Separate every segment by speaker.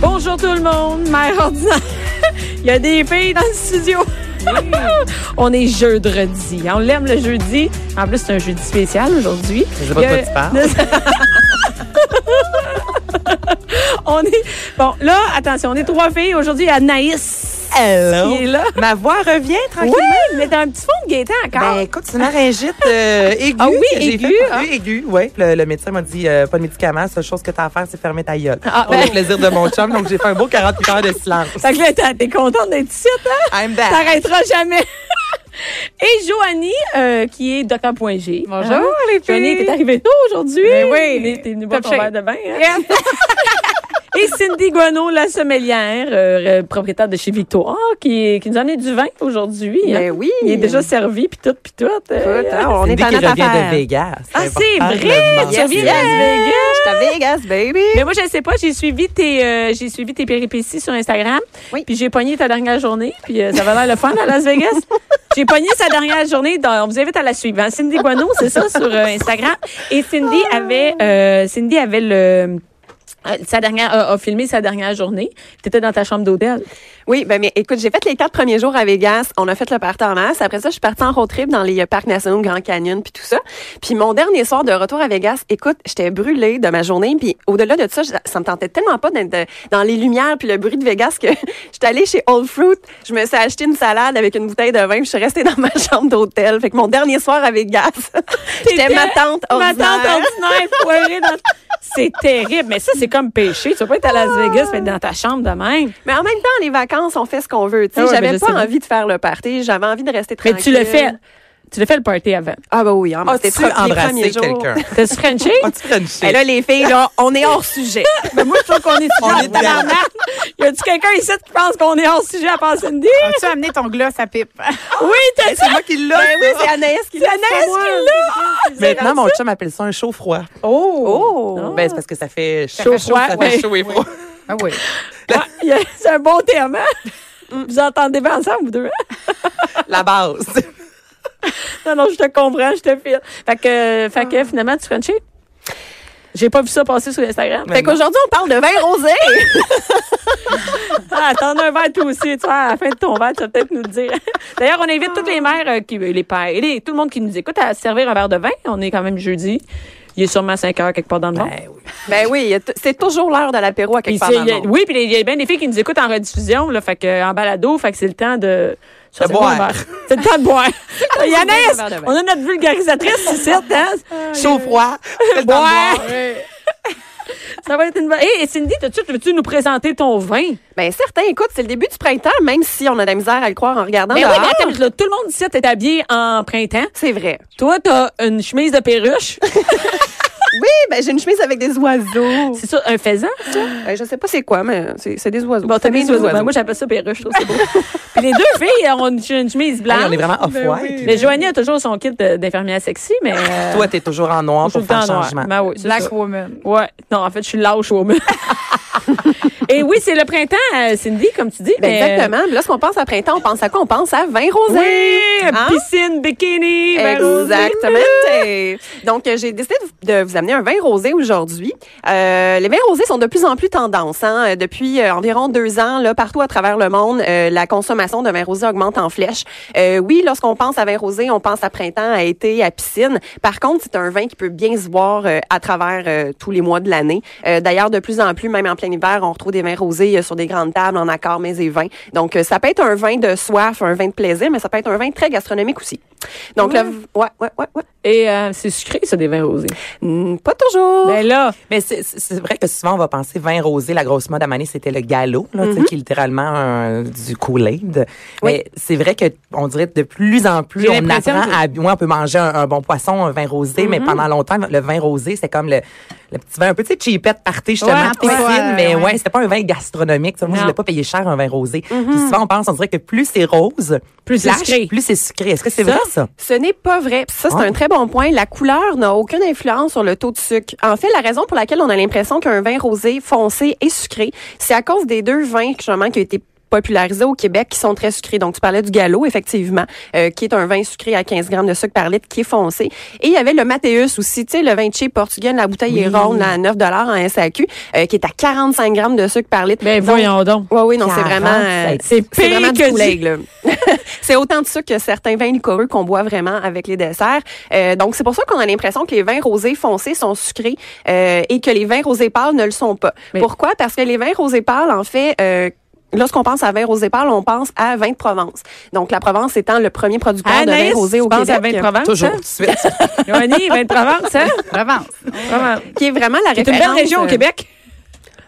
Speaker 1: Bonjour tout le monde, mère ordinaire. Il y a des filles dans le studio. on est jeudi. On l'aime le jeudi. En plus, c'est un jeudi spécial aujourd'hui.
Speaker 2: Je sais pas de quoi tu parles.
Speaker 1: On est. Bon, là, attention, on est trois filles. Aujourd'hui, il y a Anaïs.
Speaker 2: Hello.
Speaker 1: Qui est là.
Speaker 2: Ma voix revient
Speaker 1: Oui,
Speaker 2: tranquillement.
Speaker 1: mais t'as un petit fond de gaieté encore.
Speaker 2: Ben, écoute, c'est une laryngite euh, aiguë.
Speaker 1: Ah oui,
Speaker 2: que j'ai
Speaker 1: aiguë,
Speaker 2: fait.
Speaker 1: hein?
Speaker 2: Oui, aiguë, oui. Puis Le, le médecin m'a dit, euh, pas de médicaments, seule chose que t'as à faire, c'est fermer ta gueule.
Speaker 1: Ah,
Speaker 2: Pour
Speaker 1: ben.
Speaker 2: le plaisir de mon chum, donc j'ai fait un beau 48 heures de silence.
Speaker 1: Fait que là, t'as- t'es contente d'être ici, hein?
Speaker 2: I'm back.
Speaker 1: T'arrêteras jamais. Et Joanie, euh, qui est Dr. Point G.
Speaker 3: Bonjour, les filles.
Speaker 1: Joanie, t'es arrivée tôt aujourd'hui.
Speaker 3: Ben oui.
Speaker 1: T'es- T'es venue boire
Speaker 3: Top
Speaker 1: ton
Speaker 3: shape.
Speaker 1: verre de bain. hein? Et Cindy Guano, la sommelière, euh, euh, propriétaire de chez Victoire, qui, qui nous a amené du vin aujourd'hui. hein.
Speaker 3: Ben oui.
Speaker 1: Il est déjà servi, puis tout, puis tout. euh.
Speaker 3: Écoute, hein, on
Speaker 2: C'est
Speaker 3: est
Speaker 2: lui
Speaker 3: en
Speaker 2: qui
Speaker 3: notre
Speaker 2: revient
Speaker 3: affaire.
Speaker 2: de Vegas.
Speaker 1: Ah, c'est
Speaker 2: important
Speaker 1: vrai,
Speaker 2: de le
Speaker 1: tu
Speaker 2: mentionner.
Speaker 1: reviens de Las Vegas.
Speaker 3: J'étais à Vegas, baby.
Speaker 1: Mais moi, je ne sais pas, j'ai suivi tes euh, j'ai suivi tes péripéties sur Instagram.
Speaker 3: Oui.
Speaker 1: Puis j'ai pogné ta dernière journée, puis euh, ça va l'air le fun à Las Vegas. j'ai pogné sa dernière journée, donc on vous invite à la suivre. hein. Cindy Guano, c'est ça sur euh, Instagram et Cindy
Speaker 3: Ah.
Speaker 1: avait euh, Cindy avait le euh, sa dernière a, a filmé sa dernière journée. Tu étais dans ta chambre d'hôtel.
Speaker 3: Oui, ben mais écoute, j'ai fait les quatre premiers jours à Vegas. On a fait le party en masse. Après ça, je suis partie en road trip dans les euh, parcs nationaux, Grand Canyon, puis tout ça. Puis mon dernier soir de retour à Vegas, écoute, j'étais brûlée de ma journée. Puis au-delà de ça, je- ça me tentait tellement pas d'être euh, dans les lumières puis le bruit de Vegas que j'étais allée chez Whole Fruit. Je me suis acheté une salade avec une bouteille de vin. puis Je suis restée dans ma chambre d'hôtel. Fait que mon dernier soir à Vegas, j'étais ma tante
Speaker 1: Ma
Speaker 3: ordinaire.
Speaker 1: tante ordinaire poirée dans c'est terrible, mais ça, c'est comme péché. Tu vas pas être à Las
Speaker 3: Ah.
Speaker 1: Vegas, mais être dans ta chambre de même.
Speaker 3: Mais en même temps, les vacances, on fait ce qu'on veut. tu sais.
Speaker 1: Ah ouais, ben,
Speaker 3: j'avais
Speaker 1: je
Speaker 3: pas
Speaker 1: sais bien.
Speaker 3: envie de faire le party, j'avais envie de rester
Speaker 1: Mais
Speaker 3: tranquille.
Speaker 1: tu le fais, tu le fais le party avant.
Speaker 3: Ah bah oui, hein,
Speaker 2: Ah,
Speaker 3: c'était
Speaker 2: tu
Speaker 3: propre les
Speaker 2: embrasser
Speaker 3: premiers jours.
Speaker 2: quelqu'un.
Speaker 1: T'as-tu Frenché?
Speaker 2: As-tu
Speaker 3: Et
Speaker 2: frenché?
Speaker 3: là, les filles, là, on est hors sujet.
Speaker 1: Mais Ben, moi, je trouve qu'on est
Speaker 2: On
Speaker 1: sujet
Speaker 2: est
Speaker 1: en tabarnak. Y a-tu quelqu'un ici qui pense qu'on est hors sujet à part Cindy?
Speaker 4: As-tu amené ton gloss à pipe?
Speaker 1: Oui, t'as
Speaker 2: C'est moi qui l'ai.
Speaker 3: Ben oui, c'est Anaïs qui
Speaker 1: C'est
Speaker 3: l'a.
Speaker 1: Anaïs
Speaker 3: c'est pas moi.
Speaker 1: qui l'a! Ah,
Speaker 2: Maintenant, mon chum appelle ça un chaud froid.
Speaker 3: Oh!
Speaker 2: Ben, c'est parce que ça fait
Speaker 1: Chaud
Speaker 2: chaud,
Speaker 1: froid,
Speaker 2: ça
Speaker 1: ouais.
Speaker 2: fait chaud et froid.
Speaker 4: Ah oui.
Speaker 1: Ouais, y a- C'est un bon terme, hein? Vous entendez bien ensemble, vous deux? hein?
Speaker 2: La base.
Speaker 1: Non, non, je te comprends, je te file. Fait que, euh, fait que finalement, tu Frenchie? J'ai pas vu ça passer sur Instagram.
Speaker 3: Fait qu'aujourd'hui, on parle de vin rosé.
Speaker 1: Ah, t'en as un verre toi aussi, tu vois, à la fin de ton verre, tu vas peut-être nous le dire. D'ailleurs, on invite toutes les mères, euh, qui, les pères, et les- tout le monde qui nous écoute à servir un verre de vin. On est quand même jeudi. Il est sûrement 5 heures quelque part dans le monde.
Speaker 3: ben oui, il y a t- c'est toujours l'heure de l'apéro à
Speaker 1: Puis
Speaker 3: quelque part
Speaker 1: c'est-
Speaker 3: dans
Speaker 1: il y a-
Speaker 3: le monde.
Speaker 1: oui, puis il y a bien des filles qui nous écoutent en rediffusion, là, fait que, euh, en balado, fait que c'est le temps de... ça, c'est
Speaker 2: boire.
Speaker 1: pas un verre. C'est le temps de boire.
Speaker 3: un verre de
Speaker 1: Yannès,
Speaker 3: vin.
Speaker 1: on a notre vulgarisatrice ici, hein?
Speaker 2: Chaud froid. c'est le temps de boire.
Speaker 1: Ouais. Ça va être une... Hé, Cindy, tout de suite, veux-tu nous présenter ton vin?
Speaker 3: Ben certain, écoute, c'est le début du printemps, même si on a de la misère à le croire en regardant
Speaker 1: Mais Ben oui,
Speaker 3: dehors.
Speaker 1: mais attends, là, tout le monde ici est habillé en printemps.
Speaker 3: C'est vrai.
Speaker 1: Toi, t'as une chemise de perruche.
Speaker 3: Oui, ben j'ai une chemise avec des oiseaux.
Speaker 1: C'est ça, un faisan?
Speaker 3: Ben, je sais pas c'est quoi, mais c'est c'est des oiseaux.
Speaker 1: Bon, t'as
Speaker 3: C'est
Speaker 1: mis oiseaux. Ben, moi, j'appelle ça perruche, je trouve que c'est beau. Puis les deux filles ont une, une chemise blanche.
Speaker 2: Hey, on est vraiment off-white.
Speaker 1: Mais Joanie a toujours son kit de- d'infirmière sexy, mais. euh,
Speaker 2: Toi, t'es toujours en noir
Speaker 1: je suis
Speaker 2: pour
Speaker 1: tout le
Speaker 2: faire
Speaker 1: temps noire.
Speaker 2: changement.
Speaker 1: Ben oui, c'est
Speaker 4: Black
Speaker 1: ça.
Speaker 4: woman.
Speaker 1: Ouais. Non, en fait, je suis lâche woman. Et oui, c'est le printemps, euh, Cindy, comme tu dis.
Speaker 3: Ben,
Speaker 1: mais- euh,
Speaker 3: exactement. Puis Là, ce qu'on pense à printemps, on pense à quoi? On pense à vin rosé.
Speaker 1: Oui,
Speaker 3: Hein?
Speaker 1: piscine, bikini, ben, rosé.
Speaker 3: Exactement. Donc, euh, j'ai décidé de vous- de vous amener un vin rosé aujourd'hui. Euh, les vins rosés sont de plus en plus tendance. hein. Euh, Depuis euh, environ deux ans, là, partout à travers le monde, euh, la consommation de vin rosé augmente en flèche. Euh, oui, lorsqu'on pense à vin rosé, on pense à printemps, à été, à piscine. Par contre, c'est un vin qui peut bien se voir euh, à travers euh, tous les mois de l'année. Euh, D'ailleurs, de plus en plus, même en plein hiver, on retrouve des vins rosés euh, sur des grandes tables en accord mais et vin. Donc, euh, ça peut être un vin de soif, un vin de plaisir, mais ça peut être un vin très gastronomique aussi. Donc, là, ouais, ouais, ouais, ouais.
Speaker 1: Et euh, c'est sucré, ça, des vins rosés.
Speaker 3: Hmm, pas toujours.
Speaker 1: Ben là,
Speaker 2: Mais c'est- c'est c'est vrai que souvent, on va penser vin rosé. La grosse mode à Mané, c'était le galop, là,
Speaker 1: Mm-hmm.
Speaker 2: tu sais, qui est littéralement un- du Kool-Aid. Mais c'est vrai que on dirait de plus en plus,
Speaker 1: J'ai
Speaker 2: on
Speaker 1: l'impression que-
Speaker 2: apprend
Speaker 1: Mm-hmm.
Speaker 2: à... Ouais, on peut manger un, un bon poisson, un vin rosé, mais pendant longtemps, le vin rosé, c'est comme le, le petit vin un peu, tu sais, cheapette party, justement,
Speaker 4: Ouais,
Speaker 2: piscine,
Speaker 4: ouais,
Speaker 2: mais ouais,
Speaker 4: ouais.
Speaker 2: c'était pas un vin gastronomique. Tu sais, Moi, je
Speaker 1: Non. Mm-hmm.
Speaker 2: l'ai pas payé cher, un vin rosé. Puis souvent, on pense, on dirait que plus c'est rose,
Speaker 1: Plus c'est
Speaker 2: flash,
Speaker 1: sucré.
Speaker 2: Plus c'est sucré. Est-ce que c'est
Speaker 1: Ça?
Speaker 2: vrai, ça?
Speaker 3: Ce n'est pas vrai. Puis ça, c'est
Speaker 2: Ah.
Speaker 3: un très bon point. La couleur n'a aucune influence sur le taux de sucre. En fait, la raison pour laquelle on a l'impression qu'un vin rosé foncé est sucré, c'est à cause des deux vins justement qui ont été popularisés au Québec qui sont très sucrés. Donc, tu parlais du galop, effectivement, euh, qui est un vin sucré à 15 grammes de sucre par litre, qui est foncé. Et il y avait le Mateus aussi, tu sais, le vin cheap portugais, la bouteille est ronde là, à 9 en SAQ, euh, qui est à 45 grammes de sucre par litre.
Speaker 1: Ben
Speaker 3: Donc,
Speaker 1: voyons donc.
Speaker 3: Ouais, oui, non, c'est vraiment, euh,
Speaker 2: 47.
Speaker 1: C'est
Speaker 3: c'est
Speaker 1: pire
Speaker 3: vraiment du
Speaker 1: que
Speaker 3: Kool-Aid,
Speaker 1: du...
Speaker 3: là. c'est autant de sucre que certains vins liquoreux qu'on boit vraiment avec les desserts. Euh, donc, c'est pour ça qu'on a l'impression que les vins rosés foncés sont sucrés euh, et que les vins rosés pâles ne le sont pas.
Speaker 1: Mais-
Speaker 3: Pourquoi? Parce que les vins rosés pâles, en fait... euh, Lorsqu'on pense à vin rosé pâle, on pense à vin de Provence. Donc, la Provence étant le premier producteur de
Speaker 1: Anaïs,
Speaker 3: vin rosé au
Speaker 1: tu penses
Speaker 3: Québec.
Speaker 1: à vin de Provence?
Speaker 2: Toujours,
Speaker 1: hein?
Speaker 2: tout de suite.
Speaker 1: Joanie, vin de Provence, hein?
Speaker 4: Provence.
Speaker 1: Vraiment.
Speaker 3: Qui est vraiment la
Speaker 1: C'est une
Speaker 3: référence.
Speaker 1: belle région au
Speaker 3: euh,
Speaker 1: Québec.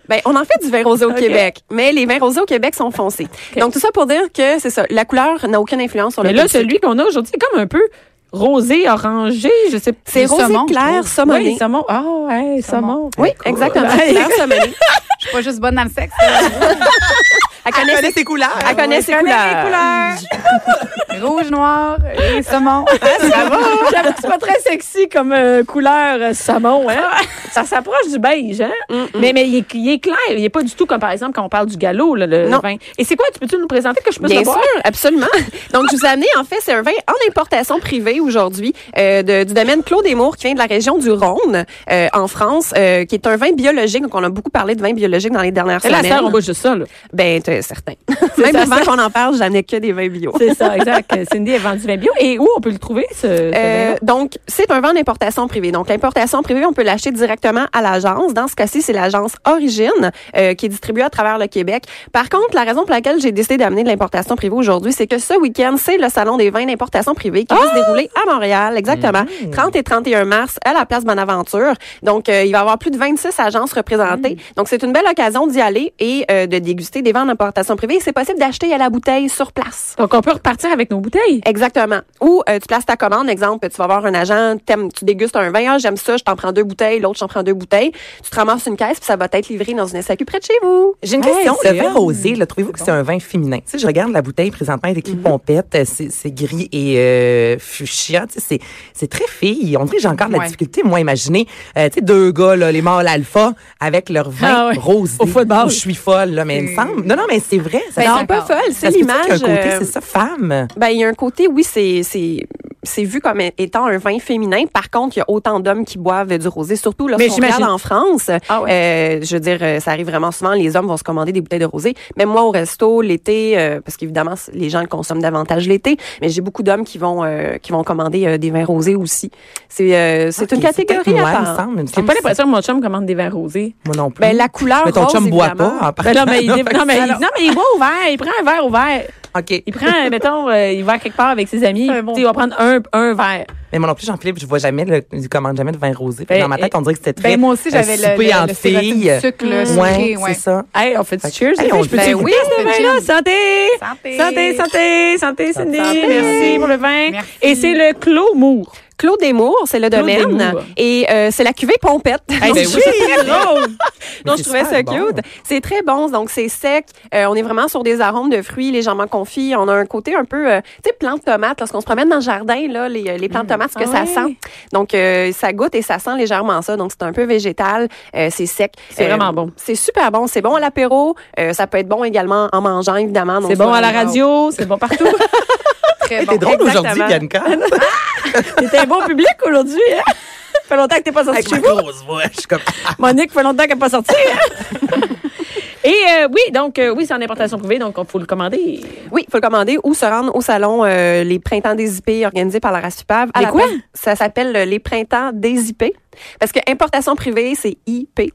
Speaker 3: Ben, on en fait du vin rosé au
Speaker 1: Ok.
Speaker 3: Québec, mais les vins rosés au Québec sont foncés. Donc, tout ça pour dire que c'est ça. La couleur n'a aucune influence sur le
Speaker 1: Mais là,
Speaker 3: goût du
Speaker 1: celui qu'on a aujourd'hui, c'est comme un peu rosé, orangé, je sais pas.
Speaker 3: C'est
Speaker 4: Du
Speaker 3: rosé
Speaker 4: saumon, je
Speaker 3: clair
Speaker 4: trouve.
Speaker 3: saumoné.
Speaker 1: Oui, saumon. Ah, ouais, saumon.
Speaker 3: Oui, exactement. clair saumoné.
Speaker 4: Je suis pas juste bonne dans le sexe.
Speaker 3: Elle connaît ses,
Speaker 2: ses couleurs.
Speaker 3: elle connaît ses couleurs.
Speaker 4: Rouge, noir et saumon.
Speaker 1: Ça va. J'avoue que C'est Oh, pas très sexy comme euh, couleur euh, saumon, hein? Ça s'approche du beige, hein? Mais, mais il, est, il est clair. Il est pas du tout comme, par exemple, quand on parle du galop, là, le
Speaker 3: Non.
Speaker 1: vin. Et c'est quoi? Tu peux-tu nous présenter que je peux
Speaker 3: Bien
Speaker 1: savoir?
Speaker 3: sûr, absolument. Donc, je vous ai amené, en fait, c'est un vin en importation privée aujourd'hui euh, de- du domaine Claude Mours qui vient de la région du Rhône, euh, en France, euh, qui est un vin biologique. Donc, on a beaucoup parlé de vin biologique dans les dernières
Speaker 1: Et Là,
Speaker 3: semaines.
Speaker 1: sœur, on boit juste ça, là.
Speaker 3: Ben, t'es certain. Même
Speaker 1: ça,
Speaker 3: avant
Speaker 1: ça.
Speaker 3: qu'on en parle, j'en ai que des vins bio.
Speaker 1: C'est ça, exact. Cindy a vendu vin bio. Et où on peut le trouver, ce, ce
Speaker 3: Euh,
Speaker 1: vin-là?
Speaker 3: donc, c'est un vin d'importation privée. Donc, l'importation privée, on peut l'acheter directement à l'agence. Dans ce cas-ci, c'est l'agence Origine euh, qui est distribuée à travers le Québec. Par contre, la raison pour laquelle j'ai décidé d'amener de l'importation privée aujourd'hui, c'est que ce week-end, c'est le salon des vins d'importation privée qui va se dérouler à Montréal, exactement, 30 et 31 mars à la place Bonaventure. Donc, euh, il va y avoir plus de 26 agences représentées. Donc, c'est une belle occasion d'y aller et euh, de déguster des vins d'importation privée. C'est possible d'acheter à la bouteille sur place.
Speaker 1: Donc, on peut repartir avec nos bouteilles.
Speaker 3: Exactement. Ou euh, tu places ta commande, exemple, tu vas voir un agent, t'aimes- tu dégustes un vin, Ah, j'aime ça, je t'en prends deux bouteilles, l'autre j'en prends deux bouteilles, tu te ramasses une caisse puis ça va être livré dans une SAQ près de chez vous.
Speaker 2: J'ai une
Speaker 1: Ouais,
Speaker 2: question.
Speaker 1: c'est
Speaker 2: le vin
Speaker 1: hot.
Speaker 2: rosé, là, trouvez-vous que c'est un vin féminin? Tu sais, je regarde la bouteille présentement, elle est écrit pompette, euh, c'est c'est gris et euh, fuchsia. Tu sais, c'est- c'est très fille. On dirait que j'ai encore de la
Speaker 4: Ouais.
Speaker 2: difficulté, moi, à imaginer euh, tu sais, deux gars, là, les mâles alpha, avec leur vin
Speaker 1: Ah ouais.
Speaker 2: rosé.
Speaker 1: Au football.
Speaker 2: Je suis folle, là, mais il me
Speaker 4: C'est-
Speaker 2: semble. Non, non, mais c'est vrai. Ça
Speaker 4: Ben,
Speaker 2: se-
Speaker 3: C'est un peu
Speaker 4: d'accord.
Speaker 3: folle, c'est
Speaker 2: ça se peut-tu
Speaker 3: l'image.
Speaker 2: qu'il y a un côté,
Speaker 3: euh,
Speaker 2: c'est ça, femme.
Speaker 3: ben il y a un côté, oui, c'est c'est c'est vu comme étant un vin féminin. Par contre, il y a autant d'hommes qui boivent du rosé, surtout
Speaker 1: Mais
Speaker 3: lorsqu'on
Speaker 1: j'imagine-
Speaker 3: regarde en France.
Speaker 1: Ah
Speaker 3: Euh, je veux dire, euh, ça arrive vraiment souvent. Les hommes vont se commander des bouteilles de rosé. Même moi, au resto, l'été, euh, parce qu'évidemment, c- les gens le consomment davantage l'été, mais j'ai beaucoup d'hommes qui vont euh, qui vont commander euh, des vins rosés aussi. C'est euh, c'est
Speaker 2: Ok,
Speaker 3: une catégorie
Speaker 2: peut-être
Speaker 3: à
Speaker 2: moi, il me
Speaker 3: part.
Speaker 2: semble, il me
Speaker 1: J'ai
Speaker 2: semble
Speaker 1: pas
Speaker 2: que c'est-
Speaker 1: l'impression que mon chum commande des vins rosés.
Speaker 2: Moi non plus.
Speaker 3: Ben, la couleur
Speaker 2: mais ton
Speaker 3: rose,
Speaker 2: chum boit
Speaker 3: évidemment.
Speaker 2: pas. en
Speaker 1: Ben non, mais il,
Speaker 2: partant.
Speaker 1: non, mais, il- non, mais il boit au verre. Il prend un verre au verre.
Speaker 2: OK.
Speaker 1: Il prend, mettons, euh, il va quelque part avec ses amis.
Speaker 4: Un bon
Speaker 1: tu sais, il va prendre un, un verre.
Speaker 2: Mais moi non plus, Jean-Philippe, je vois jamais, le, je commande jamais de vin rosé. Fait que
Speaker 1: Ben,
Speaker 2: dans ma tête,
Speaker 1: et-
Speaker 2: on dirait que c'était très.
Speaker 4: Ben, moi aussi, j'avais
Speaker 2: euh,
Speaker 4: le,
Speaker 2: souper en
Speaker 4: le, le sirop
Speaker 2: fille.
Speaker 4: de sucre, le
Speaker 2: Ouais,
Speaker 4: sucré, ouais.
Speaker 2: c'est ça.
Speaker 1: Hey, on fait du
Speaker 2: Fait que-
Speaker 1: cheers. les
Speaker 2: Hey,
Speaker 1: filles?
Speaker 2: on
Speaker 1: je peux
Speaker 4: le fait.
Speaker 1: goûter
Speaker 4: Oui,
Speaker 1: ce
Speaker 4: on fait
Speaker 1: vin-là?
Speaker 4: gin.
Speaker 1: Santé!
Speaker 4: Santé.
Speaker 1: Santé, santé, santé, Cindy.
Speaker 2: Santé.
Speaker 1: Merci pour le vin.
Speaker 4: Merci.
Speaker 1: Et c'est le Clos Mour.
Speaker 3: Claude Desmours, c'est le
Speaker 1: Claude
Speaker 3: domaine.
Speaker 1: Desmours.
Speaker 3: Et euh, c'est la cuvée Pompette.
Speaker 1: Hey,
Speaker 2: ben
Speaker 1: c'est
Speaker 2: oui.
Speaker 1: très drôle.
Speaker 2: Mais
Speaker 3: Donc,
Speaker 2: c'est
Speaker 3: je trouvais ça
Speaker 2: super
Speaker 3: cute.
Speaker 2: bon.
Speaker 3: C'est très bon. Donc, c'est sec. Euh, on est vraiment sur des arômes de fruits légèrement confits. On a un côté un peu, euh, tu sais, plant de tomate. Lorsqu'on se promène dans le jardin, là, les, euh, les plantes de tomates, ce que
Speaker 1: Ah
Speaker 3: ça
Speaker 1: ouais.
Speaker 3: sent. Donc, euh, ça goûte et ça sent légèrement ça. Donc, c'est un peu végétal. Euh, c'est sec.
Speaker 1: C'est vraiment bon.
Speaker 3: C'est super bon. C'est bon à l'apéro. Euh, ça peut être bon également en mangeant, évidemment. Donc,
Speaker 1: C'est bon
Speaker 3: ça,
Speaker 1: à la
Speaker 3: on-
Speaker 1: radio, c'est bon partout.
Speaker 4: Très
Speaker 2: T'es
Speaker 4: bon.
Speaker 2: drôle aujourd'hui,
Speaker 3: Exactement.
Speaker 2: Bianca.
Speaker 1: T'es un bon public aujourd'hui. Hein? fait longtemps que t'es pas sorti
Speaker 2: Avec
Speaker 1: chez
Speaker 2: ma
Speaker 1: vous.
Speaker 2: grosse voix, je suis comme.
Speaker 1: Monique, fait longtemps qu'elle n'est pas sortie. hein? Et euh, oui, donc euh, oui, c'est en importation privée, donc il faut le commander.
Speaker 3: Oui, il faut le commander ou se rendre au salon euh, Les Printemps des IP organisé par la RASUPAV. À
Speaker 1: Les
Speaker 3: la
Speaker 1: quoi?
Speaker 3: place- Ça s'appelle euh, Les Printemps des IP. Parce que importation privée, c'est IP.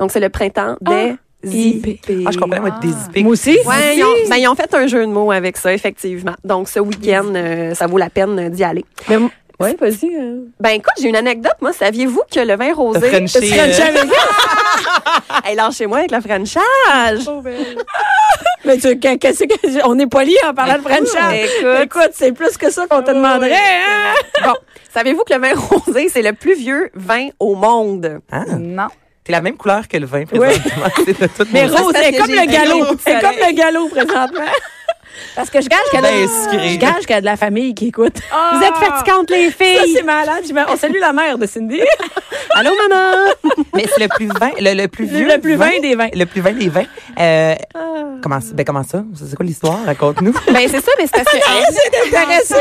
Speaker 3: Donc, c'est le printemps des IP.
Speaker 2: Ah, je comprends, moi,
Speaker 4: Ah.
Speaker 2: désipée.
Speaker 1: Moi aussi.
Speaker 3: Ouais, ils ont, ben, ils ont fait un jeu de mots avec ça, effectivement. Donc, ce week-end, euh, ça vaut la peine euh, d'y aller.
Speaker 1: Mais m- ouais, vas-y. euh.
Speaker 3: Ben, écoute, j'ai une anecdote. Moi, saviez-vous que le vin
Speaker 2: T'as
Speaker 3: rosé...
Speaker 2: frenché,
Speaker 1: Tu frenchais
Speaker 2: euh,
Speaker 1: avec
Speaker 3: Hey, lâchez-moi avec le franchage!
Speaker 1: Mais tu, qu'est- qu'est-ce que, on est poli en parlant de French
Speaker 3: Écoute,
Speaker 1: Écoute, c'est plus que ça qu'on te demanderait. hein?
Speaker 3: bon, savez-vous que le vin rosé, c'est le plus vieux vin au monde?
Speaker 2: hein?
Speaker 4: Non.
Speaker 2: T'es la même couleur que le vin, présentement. C'est de toute
Speaker 1: Mais
Speaker 2: mon-
Speaker 1: Rose,
Speaker 3: parce
Speaker 1: elle est
Speaker 3: que
Speaker 1: comme
Speaker 3: j'ai
Speaker 1: le galop.
Speaker 3: rayon de
Speaker 1: Elle est comme
Speaker 3: soleil.
Speaker 1: le galop présentement. Parce que je gage qu'elle a,
Speaker 2: Ben, sucré.
Speaker 1: je gage qu'elle a de la famille qui écoute.
Speaker 3: Vous êtes fatigantes, les
Speaker 1: Ah! Ça,
Speaker 3: filles!
Speaker 1: c'est malade. Je me- On salue la mère de Cindy.
Speaker 3: Allô, maman!
Speaker 2: Mais c'est le plus vin, le, le plus vieux.
Speaker 1: le plus vin des vins.
Speaker 2: Le plus vin des vins. Euh, Comment, ben, comment ça? C'est quoi l'histoire? Raconte-nous.
Speaker 3: Ben, c'est ça, mais c'est parce que.
Speaker 1: C'est intéressant.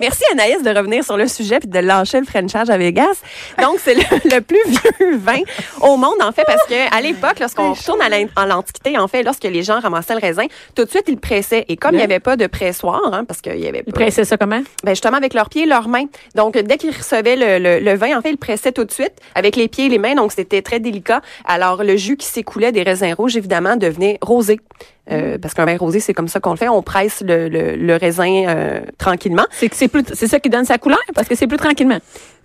Speaker 3: Merci Anaïs de revenir sur le sujet puis de lâcher le Frenchage à Vegas. Donc c'est le, le plus vieux vin au monde en fait parce que à l'époque lorsqu'on retourne à l'in- en l'antiquité en fait lorsque les gens ramassaient le raisin tout de suite ils le pressaient et comme il n'y avait pas de pressoir hein, parce qu'il y avait
Speaker 1: Ils
Speaker 3: pas
Speaker 1: pressaient ça comment?
Speaker 3: ben justement avec leurs pieds et leurs mains donc dès qu'ils recevaient le, le- le vin en fait ils le pressaient tout de suite avec les pieds et les mains donc c'était très délicat alors le jus qui s'écoulait des raisins rouges évidemment devenait rosé Euh, parce qu'un vin rosé c'est comme ça qu'on le fait on presse le, le- le raisin euh, tranquillement
Speaker 1: C'est que c'est plus, c'est ça qui donne sa couleur parce que c'est plus tranquillement.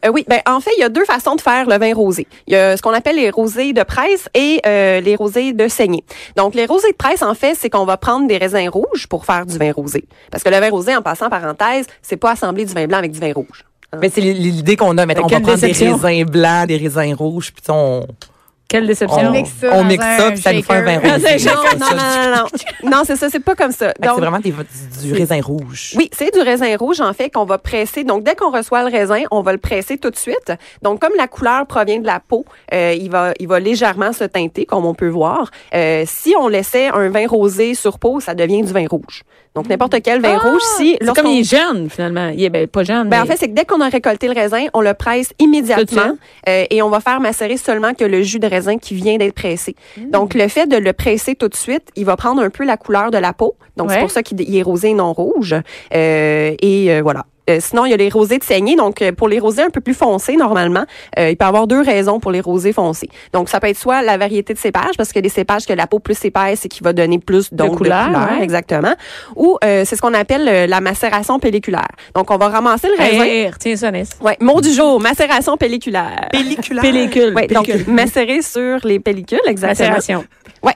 Speaker 3: Euh, oui, ben en fait, il y a deux façons de faire le vin rosé. Il y a ce qu'on appelle les rosés de presse et euh, les rosés de saignée. Donc les rosés de presse en fait, c'est qu'on va prendre des raisins rouges pour faire du vin rosé parce que le vin rosé en passant parenthèse, c'est pas assembler du vin blanc avec du vin rouge. hein.
Speaker 2: Mais c'est l- l'idée qu'on a. Mettons, on va
Speaker 1: Quelle
Speaker 2: prendre
Speaker 1: déception.
Speaker 2: des raisins blancs, des raisins rouges, puis on,
Speaker 1: Quelle
Speaker 2: on,
Speaker 1: déception.
Speaker 4: mixe ça
Speaker 2: on
Speaker 4: dans
Speaker 2: mixe
Speaker 4: un
Speaker 2: ça, puis ça nous fait un vin
Speaker 4: shaker.
Speaker 2: rouge.
Speaker 1: Dans un shaker.
Speaker 3: Non, non, non, non, non, non. Non, c'est ça, c'est pas comme ça.
Speaker 2: Fait que
Speaker 3: Donc,
Speaker 2: C'est vraiment des, du, du raisin rouge.
Speaker 3: Oui, c'est du raisin rouge en fait qu'on va presser. Donc dès qu'on reçoit le raisin, on va le presser tout de suite. Donc comme la couleur provient de la peau, euh, il va il va légèrement se teinter comme on peut voir. Euh, si on laissait un vin rosé sur peau, ça devient du vin rouge. Donc n'importe quel
Speaker 1: Ben,
Speaker 3: vin
Speaker 2: Ah!
Speaker 3: rouge si
Speaker 1: Ah! C'est comme
Speaker 3: lorsqu'on-
Speaker 1: il est jeune, finalement. Il est ben, pas jeune.
Speaker 3: ben, en
Speaker 1: mais-
Speaker 3: fait, c'est que dès qu'on a récolté le raisin, on le presse
Speaker 1: Tout de
Speaker 3: immédiatement
Speaker 1: suite.
Speaker 3: euh, et on va faire macérer seulement que le jus de raisin qui vient d'être pressé.
Speaker 1: Mmh.
Speaker 3: Donc, le fait de le presser tout de suite, il va prendre un peu la couleur de la peau. Donc, c'est
Speaker 1: Ouais.
Speaker 3: pour ça qu'il il est rosé et non rouge. Euh, et euh, voilà. Euh, sinon, il y a les rosés de saignée. Donc, euh, pour les rosés un peu plus foncés, normalement, euh, il peut y avoir deux raisons pour les rosés foncés. Donc, ça peut être soit la variété de cépage, parce que les cépages que la peau plus épaisse et qui va donner plus donc, de
Speaker 1: couleur,
Speaker 3: couleur,
Speaker 1: ouais.
Speaker 3: exactement. Ou euh, c'est ce qu'on appelle euh, la macération pelliculaire. Donc, on va ramasser le
Speaker 1: Hey,
Speaker 3: raisin.
Speaker 1: hey, hey, retiens ça, Ness.
Speaker 3: Ouais, mot du jour, macération pelliculaire.
Speaker 2: Pelliculaire.
Speaker 1: Pellicule.
Speaker 3: Ouais, donc
Speaker 1: pellicule.
Speaker 3: macérer sur les pellicules, exactement.
Speaker 1: Macération.
Speaker 3: Ouais.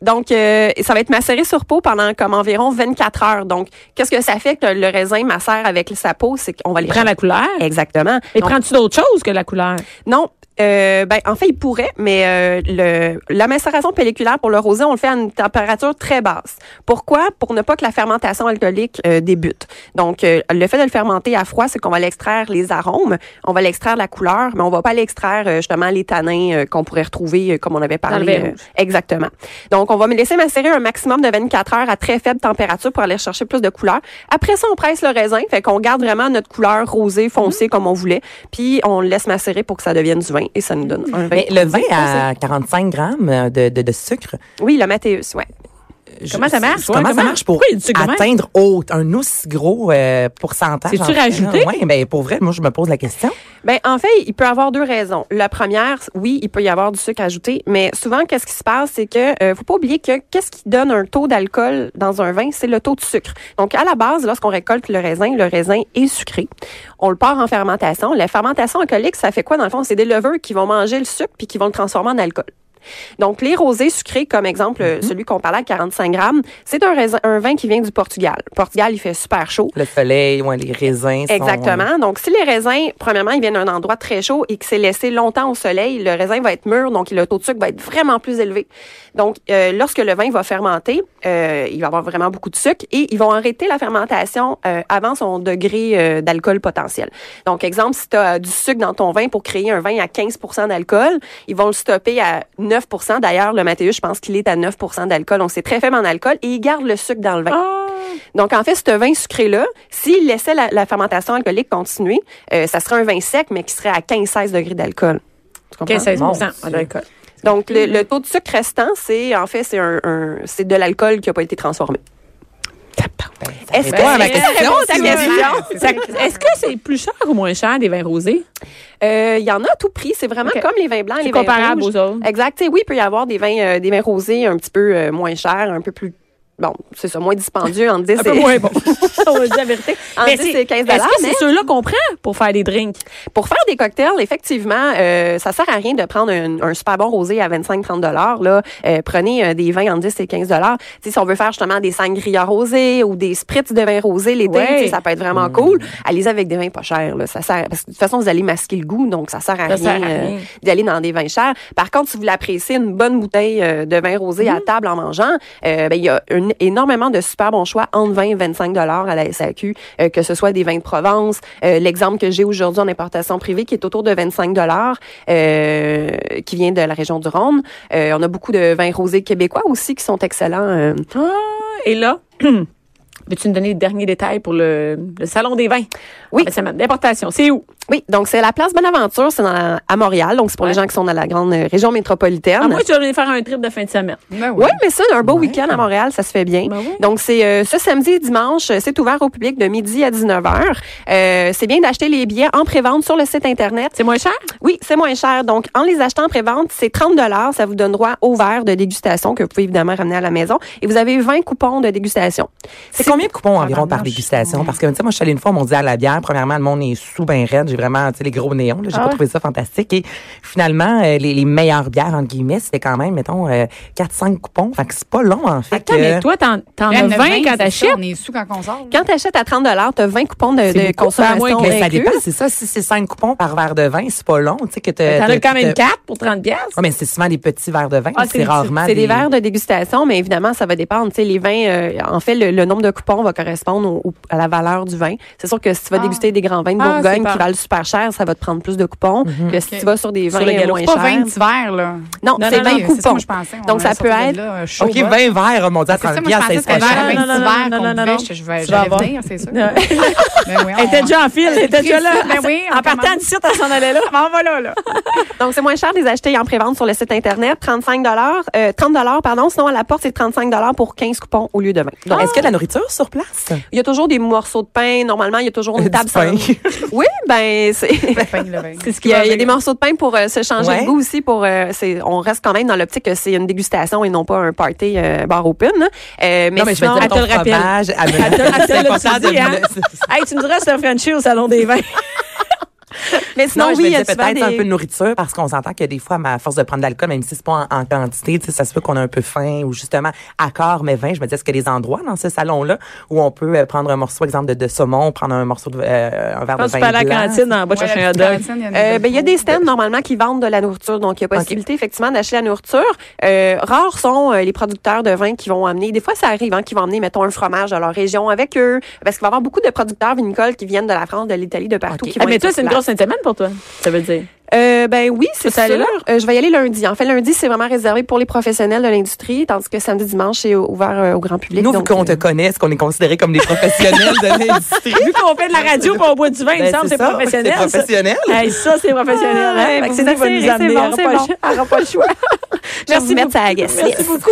Speaker 3: Donc euh, ça va être macéré sur peau pendant comme environ 24 heures. Donc qu'est-ce que ça fait que le raisin macère avec sa peau, c'est qu'on va les
Speaker 1: Prends la couleur.
Speaker 3: Exactement.
Speaker 1: Mais
Speaker 3: Donc,
Speaker 1: prends-tu d'autres choses que la couleur?
Speaker 3: Non, euh, ben en fait il pourrait, mais euh, le la macération pelliculaire pour le rosé, on le fait à une température très basse. Pourquoi Pour ne pas que la fermentation alcoolique euh, débute. Donc euh, le fait de le fermenter à froid, c'est qu'on va l'extraire les arômes, on va l'extraire la couleur, mais on va pas l'extraire euh, justement les tanins euh, qu'on pourrait retrouver euh, comme on avait
Speaker 1: Dans le
Speaker 3: parlé.
Speaker 1: verre
Speaker 3: euh,
Speaker 1: rouge.
Speaker 3: exactement. Donc on va me laisser macérer un maximum de 24 heures à très faible température pour aller chercher plus de couleur. Après ça, on presse le raisin, fait qu'on garde vraiment notre couleur rosée foncée
Speaker 2: Mhm.
Speaker 3: comme on voulait, puis on le laisse macérer pour que ça devienne du vin et ça nous donne un vin.
Speaker 2: Mais le vin à 45 grammes de, de, de sucre,
Speaker 3: Oui, le Mathéus, ouais.
Speaker 2: je-
Speaker 1: Comment ça marche?
Speaker 2: Comment,
Speaker 1: Ouais,
Speaker 2: ça
Speaker 1: comment-
Speaker 2: marche pour
Speaker 1: Pourquoi il y a du sucre de même?
Speaker 2: atteindre au- un aussi gros euh, pourcentage?
Speaker 1: C'est-tu
Speaker 2: en fait,
Speaker 1: rajouté?
Speaker 2: là? Ouais, ben, pour vrai, moi, je me pose la question.
Speaker 3: Ben en fait, il peut y avoir deux raisons. La première, oui, il peut y avoir du sucre ajouté, mais souvent qu'est-ce qui se passe, c'est que euh, faut pas oublier que qu'est-ce qui donne un taux d'alcool dans un vin, c'est le taux de sucre. Donc à la base, lorsqu'on récolte le raisin, le raisin est sucré. On le part en fermentation. La fermentation alcoolique, ça fait quoi dans le fond C'est des levures qui vont manger le sucre puis qui vont le transformer en alcool. Donc, les rosés sucrés, comme exemple euh, celui qu'on parlait à 45 grammes, c'est un, raisin- un vin qui vient du Portugal. Portugal, il fait super chaud.
Speaker 2: Le soleil, ouais, les raisins. sont- euh,
Speaker 3: Exactement. Donc, si les raisins, premièrement, ils viennent d'un endroit très chaud et que c'est laissé longtemps au soleil, le raisin va être mûr, donc le taux de sucre va être vraiment plus élevé. Donc, euh, lorsque le vin va fermenter, euh, il va avoir vraiment beaucoup de sucre et ils vont arrêter la fermentation euh, avant son degré euh, d'alcool potentiel. Donc, exemple, si tu as du sucre dans ton vin pour créer un vin à 15 d'alcool, ils vont le stopper à 9 D'ailleurs, le Mathéus, je pense qu'il est à 9 d'alcool. Donc, c'est très faible en alcool et ils gardent le sucre dans le vin. Donc, en fait, ce vin sucré-là, s'il laissait la, la fermentation alcoolique continuer, euh, ça serait un vin sec, mais qui serait à 15-16 degrés d'alcool. Tu comprends?
Speaker 1: 15-16
Speaker 2: Mon
Speaker 1: en
Speaker 2: Dieu. euh, ben,
Speaker 1: Ah,
Speaker 3: Euh, euh, euh, Euh, euh, euh,
Speaker 1: Mm-hmm.
Speaker 3: ben, une- énormément de super bons choix entre 20 et 25 dollars à la SAQ, euh, que ce soit des vins de Provence. Euh, L'exemple que j'ai aujourd'hui en importation privée qui est autour de 25 dollars, euh, qui vient de la région du Rhône. Euh, on a beaucoup de vins rosés québécois aussi qui sont excellents. euh.
Speaker 1: Et là, veux-tu nous donner les derniers détails pour le, le salon des vins?
Speaker 3: Oui.
Speaker 1: Ben, c'est ma- L'importation, c'est où?
Speaker 3: Oui, donc c'est la place Bonaventure, c'est dans la- à Montréal, donc c'est pour les gens qui sont dans la grande euh, région métropolitaine.
Speaker 1: Ah, moi, je vais venir faire un trip de fin de semaine.
Speaker 4: Ben oui.
Speaker 3: Oui, mais ça, un beau week-end à Montréal, ça se fait bien.
Speaker 1: Ben oui.
Speaker 3: Donc, c'est euh, ce samedi et dimanche, euh, c'est ouvert au public de midi à 19h. Euh, c'est bien d'acheter les billets en pré-vente sur le site Internet.
Speaker 1: C'est moins cher?
Speaker 3: Oui, c'est moins cher. Donc, en les achetant en pré-vente, c'est 30 Ça vous donne droit au verre de dégustation que vous pouvez évidemment ramener à la maison. Et vous avez 20 coupons de dégustation.
Speaker 2: C'est combien de coupons environ par
Speaker 4: marche.
Speaker 2: dégustation? Parce que, tu sais, moi, je suis allée une fois, on m'a dit à la bière, premièrement, le monde est sous ben raide. J'ai vraiment, tu sais, les gros néons,
Speaker 1: Ah
Speaker 2: là. J'ai pas trouvé ça fantastique. Et finalement, euh, les, les meilleures bières, entre guillemets, c'était quand même, mettons, 4-5 coupons. Fait que c'est pas long, en fait. euh,
Speaker 1: Attends,
Speaker 2: que-
Speaker 1: mais toi, t'en, t'en as 20,
Speaker 4: Ben, le vin,
Speaker 1: quand
Speaker 4: c'est
Speaker 1: t'achètes.
Speaker 4: ça, On est sous quand on sort.
Speaker 3: Quand tu achètes à 30 tu as 20 coupons de,
Speaker 2: C'est
Speaker 3: de
Speaker 2: beaucoup.
Speaker 3: consommation.
Speaker 1: Ben oui,
Speaker 2: Mais ça
Speaker 3: inclus.
Speaker 2: dépend, c'est ça. Si c'est 5 coupons par verre de vin, c'est pas long, tu sais, que t'as-
Speaker 1: T'en
Speaker 2: Euh, t'as-
Speaker 1: as quand même
Speaker 2: t'as- Ah.
Speaker 1: 4 pour 30 piastres.
Speaker 2: Ouais, mais c'est souvent des petits verres de vin.
Speaker 1: Ah, c'est
Speaker 2: c'est
Speaker 1: des-
Speaker 2: rarement.
Speaker 3: C'est des verres de dégustation, mais évidemment, ça va dépendre. Tu sais, les vins, euh, en fait, le, le nombre de coupons va correspondre au- au- à la valeur du vin. C'est sûr que si tu vas
Speaker 4: Ah.
Speaker 3: déguster des grands vins de
Speaker 1: Ah, c'est
Speaker 3: Bourgogne
Speaker 1: pas-
Speaker 3: qui valent super cher, ça va te prendre plus de coupons que si
Speaker 4: Ok.
Speaker 3: tu vas sur des
Speaker 1: Sur
Speaker 3: vins
Speaker 1: le galop,
Speaker 3: moins
Speaker 4: C'est pas 20
Speaker 3: chers.
Speaker 4: verres, là.
Speaker 3: Non,
Speaker 1: Non,
Speaker 3: c'est
Speaker 1: non,
Speaker 3: 20
Speaker 4: C'est ça,
Speaker 3: coupons.
Speaker 4: moi, je pensais.
Speaker 3: Donc, ça peut être-
Speaker 2: OK, 20 verres, mon Dieu, à
Speaker 4: C'est
Speaker 2: 30
Speaker 4: ça, moi, je
Speaker 2: piastres,
Speaker 4: pensais
Speaker 2: c'est
Speaker 4: que c'était
Speaker 2: pas cher.
Speaker 1: Non,
Speaker 4: vers
Speaker 1: non, non,
Speaker 4: 20 verres
Speaker 1: non,
Speaker 4: qu'on
Speaker 1: non, non, non.
Speaker 4: buvait. Je- Je vais
Speaker 1: Tu vas
Speaker 4: j'allais
Speaker 1: avoir.
Speaker 4: venir, c'est sûr.
Speaker 1: Ouais.
Speaker 4: Ben oui, on-
Speaker 1: Elle était déjà en file, elle était déjà là.
Speaker 4: Ben oui,
Speaker 1: en
Speaker 4: on
Speaker 1: partant
Speaker 4: commence.
Speaker 1: d'ici, elle s'en allait là.
Speaker 4: Ben, on va là, là.
Speaker 3: Donc, c'est moins cher de les acheter en pré-vente sur le site Internet. 35 euh, 30 pardon. Sinon, à la porte, c'est 35 pour 15 coupons au lieu de 20. Donc,
Speaker 1: Ah.
Speaker 2: Donc, Est-ce qu'il y a de la nourriture sur place?
Speaker 3: il y a toujours des morceaux de pain. Normalement, il y a toujours
Speaker 2: Du
Speaker 3: une table
Speaker 2: pain.
Speaker 3: sans- Oui, ben, c'est...
Speaker 4: Le pain, le vin.
Speaker 1: C'est ce
Speaker 3: Il y, a, il y a des morceaux de pain pour euh, se changer
Speaker 2: Ouais.
Speaker 3: de goût aussi. Pour, euh, c'est- on reste quand même dans l'optique que c'est une dégustation et non pas un party euh, bar open. là. Euh, mais
Speaker 2: Non, mais je vais
Speaker 3: sinon,
Speaker 2: dire,
Speaker 1: elle te
Speaker 2: mettons,
Speaker 1: le rappelle.
Speaker 2: fromage, elle me-
Speaker 1: Elle te- elle te
Speaker 2: c'est
Speaker 1: l'a
Speaker 2: important de
Speaker 1: dit, hein?
Speaker 2: me-
Speaker 1: Hey, tu me diras, c'est un Frenchie au Salon des vins.
Speaker 2: Ah,
Speaker 3: mais
Speaker 2: Non,
Speaker 3: sinon
Speaker 2: je
Speaker 3: oui,
Speaker 2: me
Speaker 3: il y a
Speaker 2: disais
Speaker 3: souvent
Speaker 2: peut-être un
Speaker 3: des-
Speaker 2: peu de nourriture parce qu'on s'entend que des fois, à force de prendre de l'alcool, même si c'est pas en, en quantité, tu sais, ça se peut qu'on a un peu faim ou justement accord mais vin. Je me disais, est-ce qu'il y a des endroits dans ce salon-là où on peut euh, prendre un morceau, exemple, de, de saumon, prendre un morceau de euh, un verre
Speaker 1: Je pense
Speaker 2: de
Speaker 1: que tu
Speaker 2: vin
Speaker 1: peux aller à la
Speaker 2: blanc?
Speaker 1: cantine en bas de
Speaker 4: Ouais,
Speaker 1: chercher
Speaker 4: la
Speaker 1: un
Speaker 4: petite
Speaker 1: dog.
Speaker 4: cantine,
Speaker 3: Euh,
Speaker 4: des
Speaker 3: ben, il y a
Speaker 4: belles
Speaker 3: des
Speaker 4: choses.
Speaker 3: stands normalement qui vendent de la nourriture, donc il y a possibilité effectivement d'acheter la nourriture. Euh, rares sont euh, les producteurs de vin qui vont amener, des fois ça arrive, hein, qui vont amener, mettons, un fromage de leur région avec eux, parce qu'il va y avoir beaucoup de producteurs vinicoles qui viennent de la France, de l'Italie, de partout.
Speaker 2: Ok.
Speaker 3: Qui
Speaker 1: Ah,
Speaker 3: vont
Speaker 1: mais
Speaker 3: être
Speaker 1: toi,
Speaker 3: sur
Speaker 1: c'est une
Speaker 3: place.
Speaker 1: grosse fin de semaine pour toi, ça veut dire.
Speaker 3: Euh, ben oui, c'est
Speaker 1: Faut-tu aller
Speaker 3: sûr. Euh, je vais y aller lundi. En fait, lundi, c'est vraiment réservé pour les professionnels de l'industrie, tandis que samedi, dimanche, c'est au- ouvert euh, au grand public.
Speaker 2: Nous, vu
Speaker 3: donc,
Speaker 2: qu'on
Speaker 3: euh,
Speaker 2: te connaît, est-ce qu'on est considéré comme des professionnels de l'industrie?
Speaker 1: Vu qu'on fait de la radio pour boit du vin, il me
Speaker 2: Ben,
Speaker 1: semble, c'est
Speaker 2: ça,
Speaker 1: professionnel.
Speaker 2: C'est professionnel.
Speaker 1: Ça, Hey, ça, c'est professionnel.
Speaker 3: Ah,
Speaker 1: hein.
Speaker 3: ouais,
Speaker 1: Fait que
Speaker 3: vous
Speaker 1: c'est ça qui va
Speaker 3: attirez,
Speaker 1: nous amener.
Speaker 3: c'est bon,
Speaker 1: on aura
Speaker 3: c'est
Speaker 1: pas le
Speaker 3: bon.
Speaker 1: choix. On aura pas le choix.
Speaker 3: Je vais vous mettre ça à la
Speaker 1: beaucoup.
Speaker 3: guest
Speaker 1: Merci
Speaker 3: list.
Speaker 1: beaucoup.